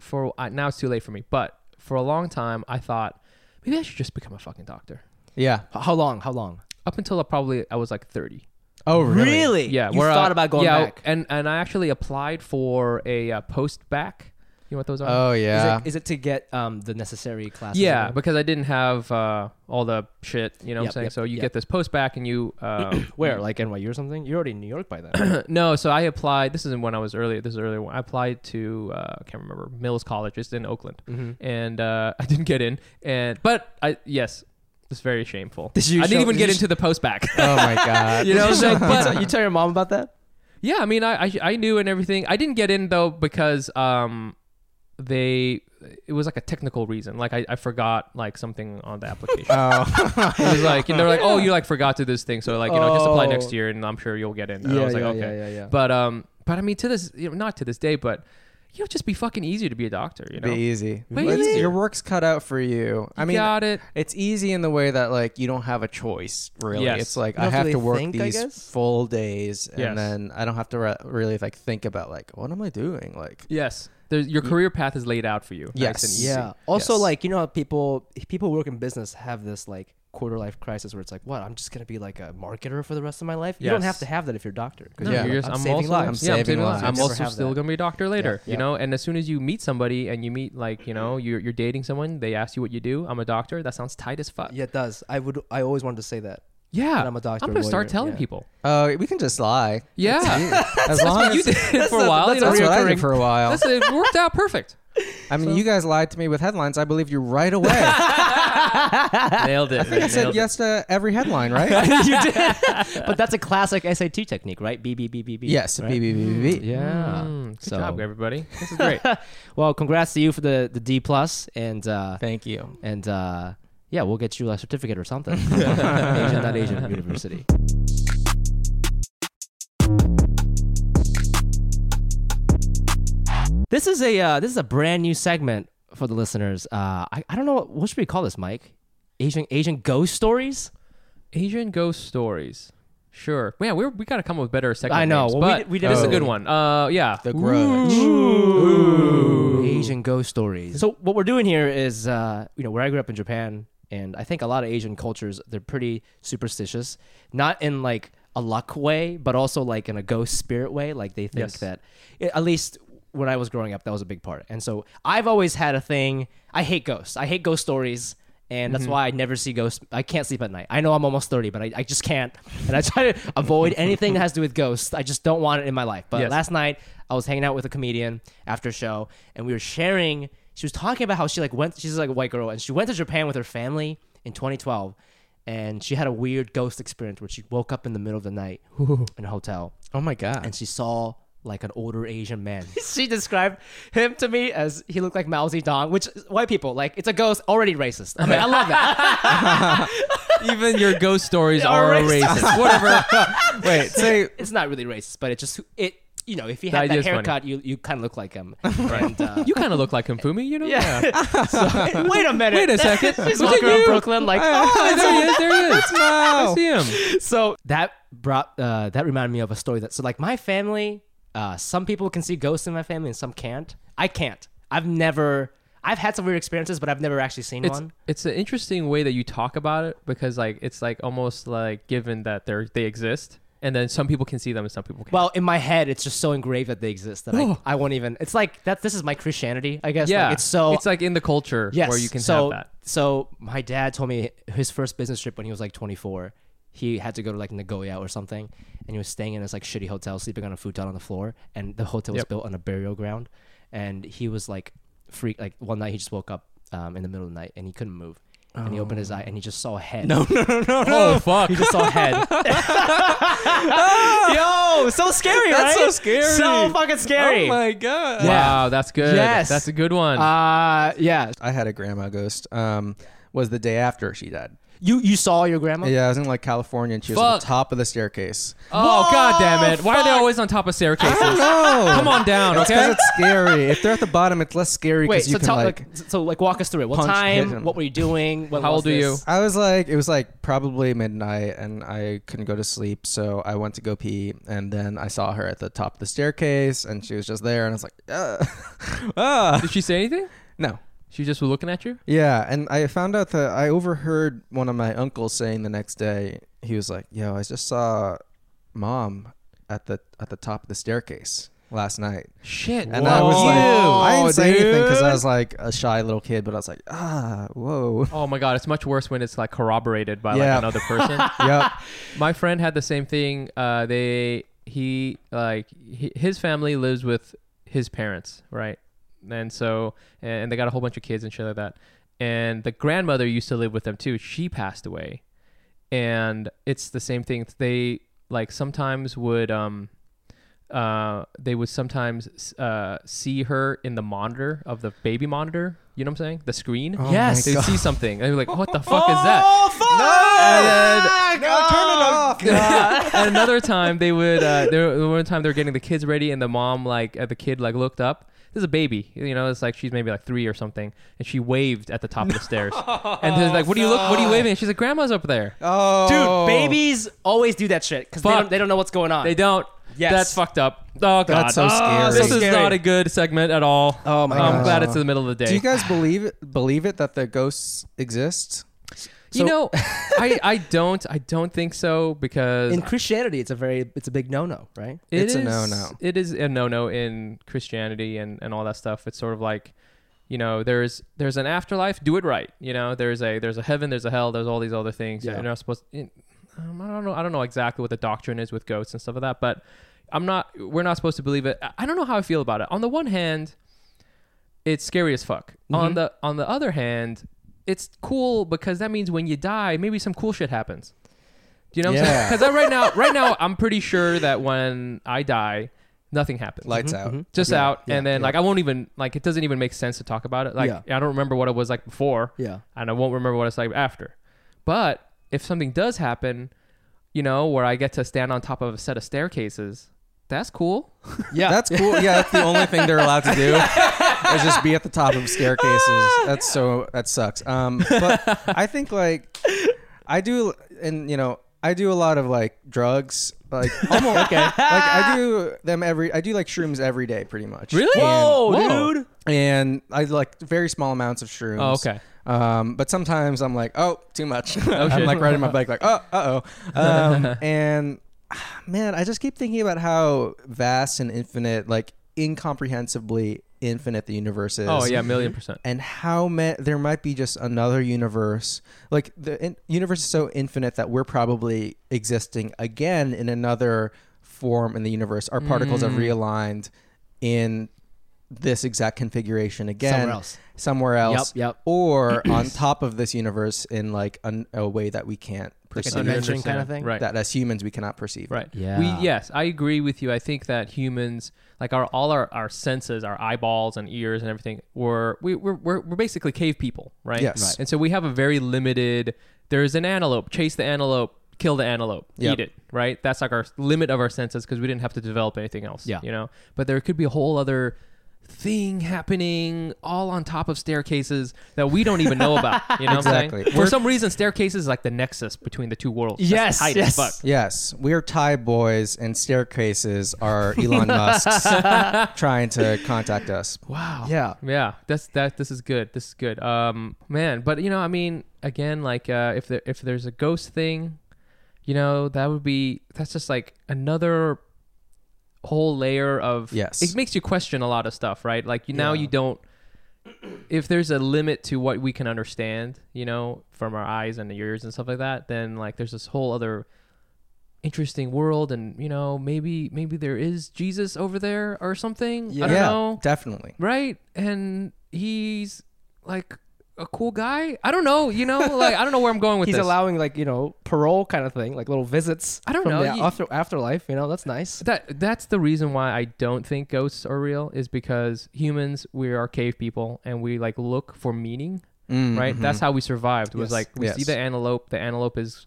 for uh, now it's too late for me. But for a long time, I thought maybe I should just become a fucking doctor.
Yeah.
How long? How long?
Up until I probably I was like thirty.
Oh, really?
Yeah,
you
where I-
thought about going
yeah,
back?
and and I actually applied for a uh, post back. You know what those are?
Oh, yeah.
Is, it, is it to get um, the necessary classes?
yeah,
or-
because I didn't have uh, all the shit. You know what I'm
Yep,
saying?
yep,
so you
yep.
get this post back, and you um,
where like NYU or something? You're already in New York by then.
No, so I applied. This isn't when I was earlier. This is earlier. When I applied to uh, I can't remember Mills College. It's in Oakland,
Mm-hmm.
and uh, I didn't get in. And but I yes, it's very shameful.
Did you
I didn't
show-
even
did
get
you
into the post back.
Oh, my God.
you know,
you,
so, but,
uh, you tell your mom about that?
yeah. I mean, I, I I knew and everything. I didn't get in though because um they it was like a technical reason. Like I, I forgot like something on the application.
Oh,
It was like, and they're like, oh, you like forgot to this thing, so like, you know, just apply
Oh.
next year, and I'm sure you'll get in. And I
Yeah,
was like,
yeah,
okay,
yeah, yeah, yeah.
But um, but I mean, to this, you know, not to this day, but you know, just be fucking easy to be a doctor. You know,
be easy.
Way
Let's-
easier.
Your work's cut out for you. I mean,
got it.
It's easy in the way that like you don't have a choice really.
Yes.
It's like
You
I
don't
have
really
to work
think, I
these
guess?
full days, and
Yes.
then I don't have to re- really like think about like what am I doing? Like
Yes, There's, your career path is laid out for you. nice
Yes.
and easy.
Yeah. Also,
Yes.
like you know how people people who work in business have this like quarter life crisis where it's like, what? I'm just gonna be like a marketer for the rest of my life. You don't
Yes.
have to have that if you're a doctor. 'cause
No,
Yeah.
you're
you're just-
like, I'm,
I'm
saving
also, Yeah,
lives.
I'm
Saving
saving lives.
lives.
I'm
Never
also
have
still
that.
gonna be a doctor later,
Yeah.
you know. And as soon as you meet somebody and you meet like you know you're, you're dating someone, they ask you what you do. I'm a doctor. That sounds tight as fuck.
Yeah, it does. I would. I always wanted to say that.
Yeah.
That I'm a doctor,
I'm gonna start
lawyer,
telling
yeah.
people.
oh, we can just lie.
Yeah,
As long
you
as
did it for a while. you know,
that's what I
reoccurring.
did for a while.
That's- it worked out perfect.
I mean, you guys lied to me with headlines. I believed you right away. I
Nailed it.
think I said yes to every headline, right?
you did. but that's a classic SAT technique, right? B B B B B.
yes,
right?
B B B B B.
Yeah.
Good
so,
job, everybody. This is great.
well, congrats to you for the the D plus and uh,
Thank you.
and uh, yeah, we'll get you a certificate or something. Asian, not Asian University. This is a uh, this is a brand new segment for the listeners. Uh, I, I don't know what, what should we call this, Mike? Asian Asian ghost stories.
Asian ghost stories. Sure. Yeah, we we gotta come up with better segment.
I know.
names,
Well, we
but
did- we did
this is a
it.
good one. Uh, yeah.
The grudge.
Asian ghost stories. So what we're doing here is, uh, you know, where I grew up in Japan, and I think a lot of Asian cultures they're pretty superstitious, not in like a luck way, but also like in a ghost spirit way. Like they think
Yes.
that, eh, at least when I was growing up, that was a big part. And so I've always had a thing. I hate ghosts. I hate ghost stories. And that's why I never see ghosts. I can't sleep at night. I know I'm almost 30, but I, I just can't. And I try to avoid anything that has to do with ghosts. I just don't want it in my life. But
Yes.
last night I was hanging out with a comedian after a show and we were sharing she was talking about how she like went she's like a white girl and she went to Japan with her family in 2012 and she had a weird ghost experience where she woke up in the middle of the night in a hotel
Oh my god.
and she saw like an older Asian man. she described him to me as he looked like Mao Zedong, which white people like it's a ghost already racist. I mean, I love that.
Even your ghost stories are
Are
racist. Whatever.
Wait, say
it's not really racist, but it just it you know, if he
The
had
idea
that
is funny.
haircut, you you kind of look like him. And, uh,
You kind of look like him, Fumi. You know.
yeah. So- wait a minute.
Wait a second. Was
He's
it
walking around
you?
Brooklyn like, oh,
Oh, there he is. There he is. I see him.
so that brought uh, that reminded me of a story that so like my family uh, some people can see ghosts in my family and some can't i can't i've never i've had some weird experiences but i've never actually seen
It's
one
it's an interesting way that you talk about it because like it's like almost like given that they they exist, and then some people can see them and some people can't.
well in my head it's just so engraved that they exist that I, I won't even it's like that this is my christianity i guess Like,
Oh. yeah,
it's so
it's like in the culture
yes,
where you can
so,
have that.
So my dad told me his first business trip when he was like 24, he had to go to like Nagoya or something, and he was staying in this like shitty hotel, sleeping on a futon on the floor, and the hotel was
Yep.
built on a burial ground, and he was like freak. Like one night he just woke up um, in the middle of the night and he couldn't move. And he opened his eye and he just saw a head. No, no, no, no,
Oh fuck!
He just saw a head. Yo, so scary,
That's
right?
so scary.
So fucking scary.
Oh my god.
Wow, that's good.
Yes.
that's a good one.
Uh, yeah.
I had a grandma ghost. Um, was the day after she died.
You you saw your grandma?
Yeah, I was in like California, and she was on
Fuck.
the top of the staircase.
oh god damn it! Why are they always on top of staircases? Oh, Come on down,
That's
okay?
because it's scary. If they're at the bottom, it's less scary
Wait,
because you
so
can
tell
like,
like, so like walk us through it. What
punch, hit
time?
him.
What were you doing? When
How
was
old are you?
this?
I was like, it was like probably midnight, and I couldn't go to sleep, so I went to go pee, and then I saw her at the top of the staircase, and she was just there, and I was like, uh, ah,
Did she say anything?
no.
She just was looking at you.
Yeah, and I found out that I overheard one of my uncles saying the next day he was like, "Yo, I just saw mom at the at the top of the staircase last night,"
Shit.
and I was
Whoa.
like, "I didn't say anything because
dude.
I was like a shy little kid," but I was like, "Ah, whoa."
Oh my god, it's much worse when it's like corroborated by
Yeah.
like another person.
yep.
my friend had the same thing. Uh, they he like he, his family lives with his parents, right? And so and they got a whole bunch of kids and shit like that. And the grandmother used to live with them too. She passed away, and it's the same thing. They like sometimes would um. Uh, they would sometimes uh, see her in the monitor of the baby monitor. You know what I'm saying? The screen.
Yes.
They would see something. And they were like, "What the fuck is that?"
No! turn it off.
and another time they would uh they were, one time they were getting the kids ready and the mom like uh, the kid like looked up this is a baby you know it's like she's maybe like three or something and she waved at the top of the stairs and they're like what are you look what are you waving and she's like grandma's up there
Oh,
Dude, babies always do that shit because they
Fuck.
don't, they don't know what's going on.
they don't
Yes.
that's fucked up oh god
That's so
Oh,
scary.
this is
Scary.
not a good segment at all
Oh my
i'm
gosh.
glad it's in the middle of the day
Do you guys believe it, believe it that the ghosts exist?
You know i i don't i don't think so because
in Christianity, it's a very it's a big no no, right?
It
It's a
is-
no-no.
It is a no no in Christianity and, and all that stuff. It's sort of like, you know, there's there's an afterlife. Do it right. You know, there's a there's a heaven. There's a hell. There's all these other things. You're not supposed. it- um, I don't know. I don't know exactly what the doctrine is with ghosts and stuff like that. But I'm not. We're not supposed to believe it. I- I don't know how I feel about it. On the one hand, it's scary as fuck.
Mm-hmm.
On the on the other hand, it's cool because that means when you die, maybe some cool shit happens. Do you know what I'm saying?
Yeah.
Because I right now, right now, I'm pretty sure that when I die, nothing happens.
Lights out.
just out, and then like I won't even like it doesn't even make sense to talk about it. Like
Yeah.
I don't remember what it was like before.
Yeah.
and I won't remember what it's like after. But if something does happen, you know, where I get to stand on top of a set of staircases, that's cool.
Yeah,
That's cool. Yeah, that's the only thing they're allowed to do is just be at the top of staircases.
Ah.
That's so that sucks. Um, but I think like I do, and you know, I do a lot of like drugs, like almost okay. Like I do them every. I do like shrooms every day, pretty much.
Really?
And,
Whoa, dude.
And I like very small amounts of shrooms.
Oh, okay.
Um, but sometimes I'm like, oh, too much. I'm
shit.
like riding my bike, like, oh, uh oh. Um, and man, I just keep thinking about how vast and infinite, like incomprehensibly infinite the universe is.
Oh yeah, a million percent.
And how ma- there might be just another universe. Like the in- universe is so infinite that we're probably existing again in another form in the universe. Our particles
Mm.
are realigned in this exact configuration again
Somewhere else.
somewhere else
yep.
or on top of this universe in like an, a way that we can't
like a
perceive
dimension kind of thing.
Right.
that as humans we cannot perceive
Right.
Yeah.
We yes, I agree with you. I think that humans, like our all our, our senses, our eyeballs and ears and everything, were we we're, we're we're basically cave people, right?
Yes. Right.
And so we have a very limited. There's an antelope. Chase the antelope. kill the antelope,
Yep.
eat it, right? That's like our limit of our senses because we didn't have to develop anything else.
Yeah.
You know? But there could be a whole other thing happening all on top of staircases that we don't even know about. You know what I'm
Exactly.
saying? For
We're-
some reason, staircases is like the nexus between the two worlds. That's
Yes,
tight
yes.
as fuck.
Yes, we are Thai boys, and staircases are Elon Musk's trying to contact us.
Wow. Yeah.
Yeah, that's that. This is good. This is good. Um, man, but you know, I mean, again, like, uh, if there if there's a ghost thing, you know, that would be that's just like another whole layer of
Yes.
It makes you question a lot of stuff, right? Like you now you don't. If there's a limit to what we can understand, you know, from our eyes and ears and stuff like that, then like there's this whole other interesting world and you know maybe maybe there is jesus over there or something i don't
yeah,
know
definitely.
right and he's like a cool guy i don't know you know like i don't know where i'm going with
He's
this
allowing like you know parole kind of thing, like little visits.
I don't
from
know,
the
you-
after, afterlife. You know that's nice.
that that's the reason why i don't think ghosts are real is because humans we are cave people and we like look for meaning right that's how we survived was
Mm, mm-hmm. Yes,
like we
yes.
see the antelope the antelope is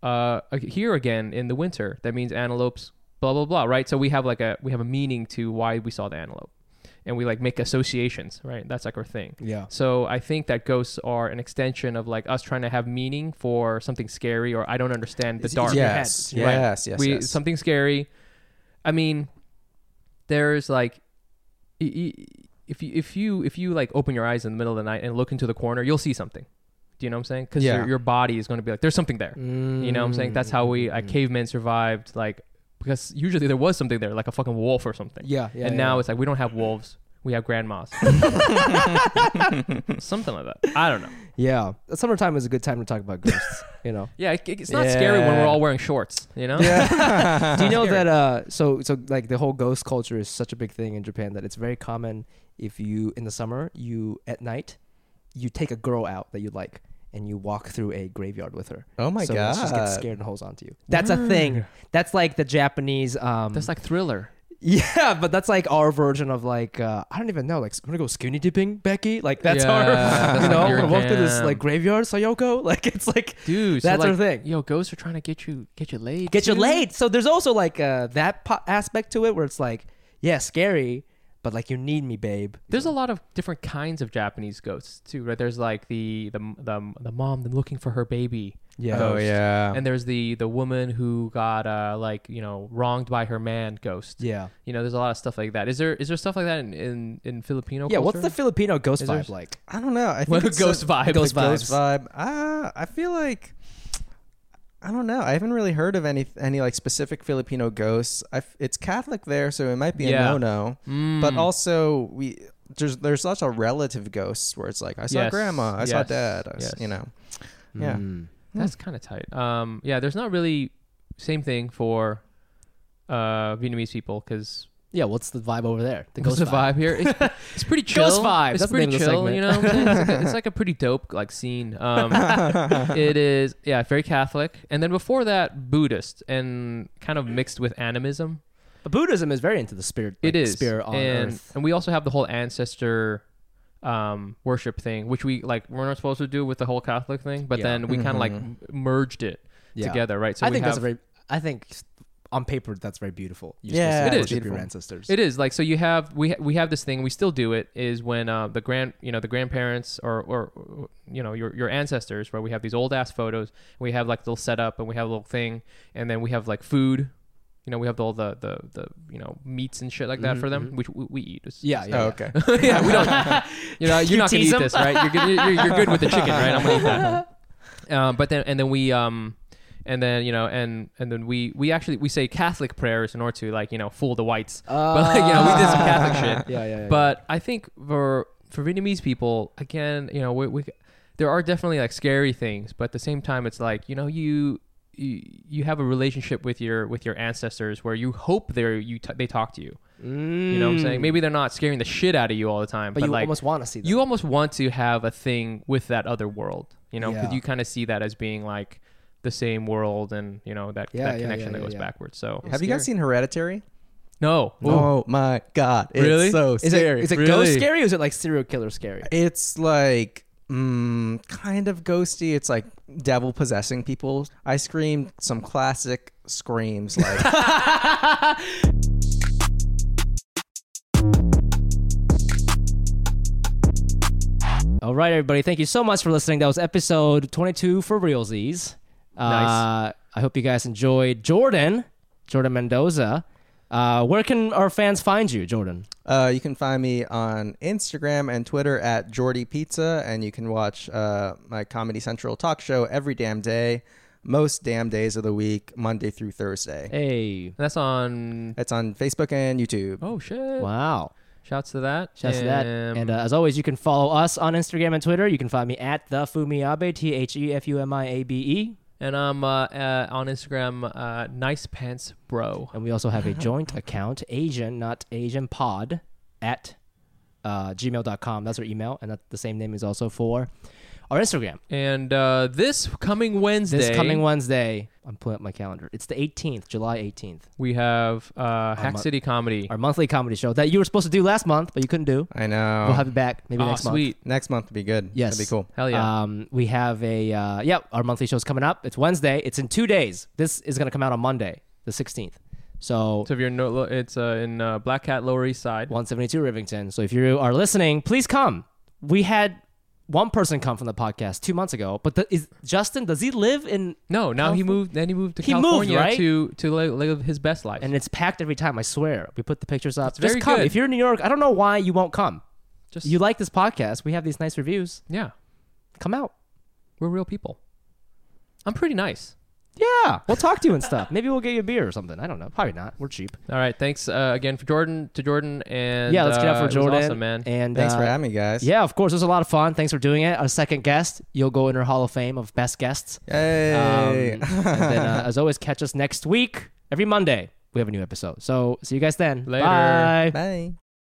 uh here again in the winter that means antelopes blah blah blah right so we have like a we have a meaning to why we saw the antelope and we like make associations right that's like our thing
Yeah.
So I think that ghosts are an extension of like us trying to have meaning for something scary or I don't understand the dark.
Yes,
Right.
yes, yes,
We
yes.
something scary. I mean, there's like, y- y- if you if you if you like open your eyes in the middle of the night and look into the corner, you'll see something. Do you know what I'm saying? Because
Yeah.
your, your body is going to be like, there's something there. You know what I'm saying? That's how we
Mm.
Mm-hmm.
like cavemen survived. Like because usually there was something there, like a fucking wolf or something.
Yeah, yeah,
and
yeah.
now it's like we don't have wolves. We have grandmas. Something like that. I don't know.
Yeah. Summertime is a good time to talk about ghosts. you know.
Yeah, it, it's not scary when we're all wearing shorts, you know? Yeah.
Do you know that uh so so like the whole ghost culture is such a big thing in Japan that it's very common if you in the summer you at night you take a girl out that you like and you walk through a graveyard with her.
Oh my
so she just gets
God.
scared and holds onto you. That's a thing. That's like the Japanese um
That's like thriller.
yeah, but that's like our version of like uh, I don't even know. Like I'm gonna go skinny dipping, Becky. Like that's
Yeah,
our
that's
you
like
know.
your
I walk through this
jam.
like graveyard, Sayoko. Like it's like
Dude,
that's
like,
our thing.
Yo, ghosts are trying to get you get you laid.
get you
too.
laid. So there's also like uh, that po- aspect to it where it's like, yeah, scary, but like you need me, babe.
There's a lot of different kinds of Japanese ghosts too, right? There's like the the the, the mom looking for her baby.
Yeah.
Oh
ghost.
yeah.
And there's the the woman who got uh like, you know, wronged by her man ghost.
Yeah.
You know, there's a lot of stuff like that. Is there is there stuff like that in in, in Filipino
Yeah. What's the
culture?
Filipino ghost
there-
vibe like?
I don't know. I think
Well,
it's
ghost
a-
vibe. Ghost
the Ghost vibe. Uh, I feel like I don't know. I haven't really heard of any any like specific Filipino ghosts. I f it's Catholic there, so it might be
Yeah. Hmm.
a no no. But also we there's there's lots of relative ghosts where it's like I saw
Yes.
grandma, I saw
Yes.
dad, I s-
Yes. Hmm.
you know. Yeah.
Mm.
That's kind of tight. Um, yeah, there's not really same thing for uh, Vietnamese people because
Yeah. What's the vibe over there? The
the vibe here it's, it's pretty chill.
Ghost vibe,
It's
that's the
pretty
name of the
chill.
segment.
You know, what I'm saying? It's, like a, it's like a pretty dope like scene. Um, it is yeah, very Catholic, and then before that Buddhist and kind of mixed with animism.
Buddhism is very into the spirit.
It
like,
is
spirit on
and,
earth.
and we also have the whole ancestor um worship thing which we like we're not supposed to do with the whole catholic thing but
Yeah. Mm-hmm.
then we kind of like m- merged it
Yeah.
together right
I
we
think that's a
have-
very. I think on paper that's very beautiful. You're
Yeah,
supposed to
it is
worship your
beautiful.
ancestors.
It is like so. You have we ha- we have this thing. We still do it. Is when uh, the grand you know the grandparents or or or, you know your your ancestors where we have these old ass photos. We have like little setup and we have a little thing, and then we have like food. You know we have all the the the you know meats and shit like that for them, which we, we eat. It's-
Mm-hmm. Yeah. Yeah.
Oh,
yeah.
okay.
yeah, we don't. You know, you're not gonna
tease
eat
him?
this, right? You're, good- you're, you're good with the chicken, right? I'm gonna eat that. Um, but then, and then we, um, and then you know, and and then we we actually we say Catholic prayers in order to like you know fool the whites. but like, you know, we did some Catholic shit.
Ah. Yeah, yeah, yeah,
But I think for for Vietnamese people, again, you know, we, we there are definitely like scary things, but at the same time, it's like you know you. You, you have a relationship with your with your ancestors where you hope they are you t- they talk to you. You know what I'm saying? Maybe they're not scaring the shit out of you all the time, but,
Mm. But you
like
almost want to see them.
you almost want to have a thing with that other world, you know, because
Yeah.
you kind of see that as being like the same world and you know that,
Yeah,
that
yeah,
connection that
yeah, yeah,
goes
yeah.
backwards. So
Have you guys seen Hereditary?
no, Ooh.
Oh my god. It's
Really?
so
Is it,
scary.
is it
Really?
ghost scary or is it like serial killer scary?
It's like mm, kind of ghosty. It's like devil possessing people. I screamed some classic screams like
All right, everybody. Thank you so much for listening. That was episode 22 for Realsies. Uh,
Nice.
I hope you guys enjoyed Jordan, Jordan Mendoza. Uh, where can our fans find you, Jordan?
Uh, you can find me on Instagram and Twitter at Jordy Pizza, and you can watch uh, my Comedy Central talk show every damn day, most damn days of the week, Monday through Thursday.
Hey,
that's on.
It's on Facebook and YouTube.
Oh shit!
wow.
Shouts to that. Um,
Shouts to that. And uh, as always, you can follow us on Instagram and Twitter. You can find me at the Fumiabe, T H E F U M I A B E.
And I'm uh, uh, on Instagram, uh, nice pants bro.
And we also have a joint account, Asian, not Asian Pod, at uh, gmail.com. That's our email. And that, the same name is also for our Instagram.
And uh, this coming Wednesday,
This coming Wednesday, I'm pulling up my calendar. It's the 18th, July 18th,
we have uh, Hack
mon-
City Comedy.
our monthly comedy show that you were supposed to do last month, but you couldn't do.
I know.
We'll have you back maybe
Oh,
next month.
sweet.
Next month would be good.
Yes.
That'd be cool.
Hell yeah.
Um, we have a uh, yeah, our monthly show's coming up. It's Wednesday. It's in two days. This is gonna come out on Monday, the 16th. So
so if you're no, it's uh, in uh, Black Cat Lower East Side.
172 Rivington. So if you are listening, please come. We had one person come from the podcast two months ago, but the, is Justin? Does he live in?
No, now he moved. Then he moved to
He moved,
California
right?
to to li- live his best life.
And it's packed every time. I swear. We put the pictures up.
It's
Just
very
come.
good.
If you're in New York, I don't know why you won't come.
just
You like this podcast? We have these nice reviews.
yeah,
Come out.
we're real people. I'm pretty nice.
Yeah, we'll talk to you and stuff. Maybe we'll get you a beer or something. I don't know. Probably not. We're cheap.
All right, thanks uh, again for Jordan to Jordan and
yeah, let's get
uh,
out
it
for
was
Jordan.
awesome, man.
And
Thanks for
uh,
having me, guys.
Yeah, of course. It was a lot of fun. Thanks for doing it. Our second guest, you'll go in her Hall of Fame of best guests. Um,
Yay.
and then, uh, as always, catch us next week. Every Monday, we have a new episode. So see you guys then.
Later.
Bye.
Bye.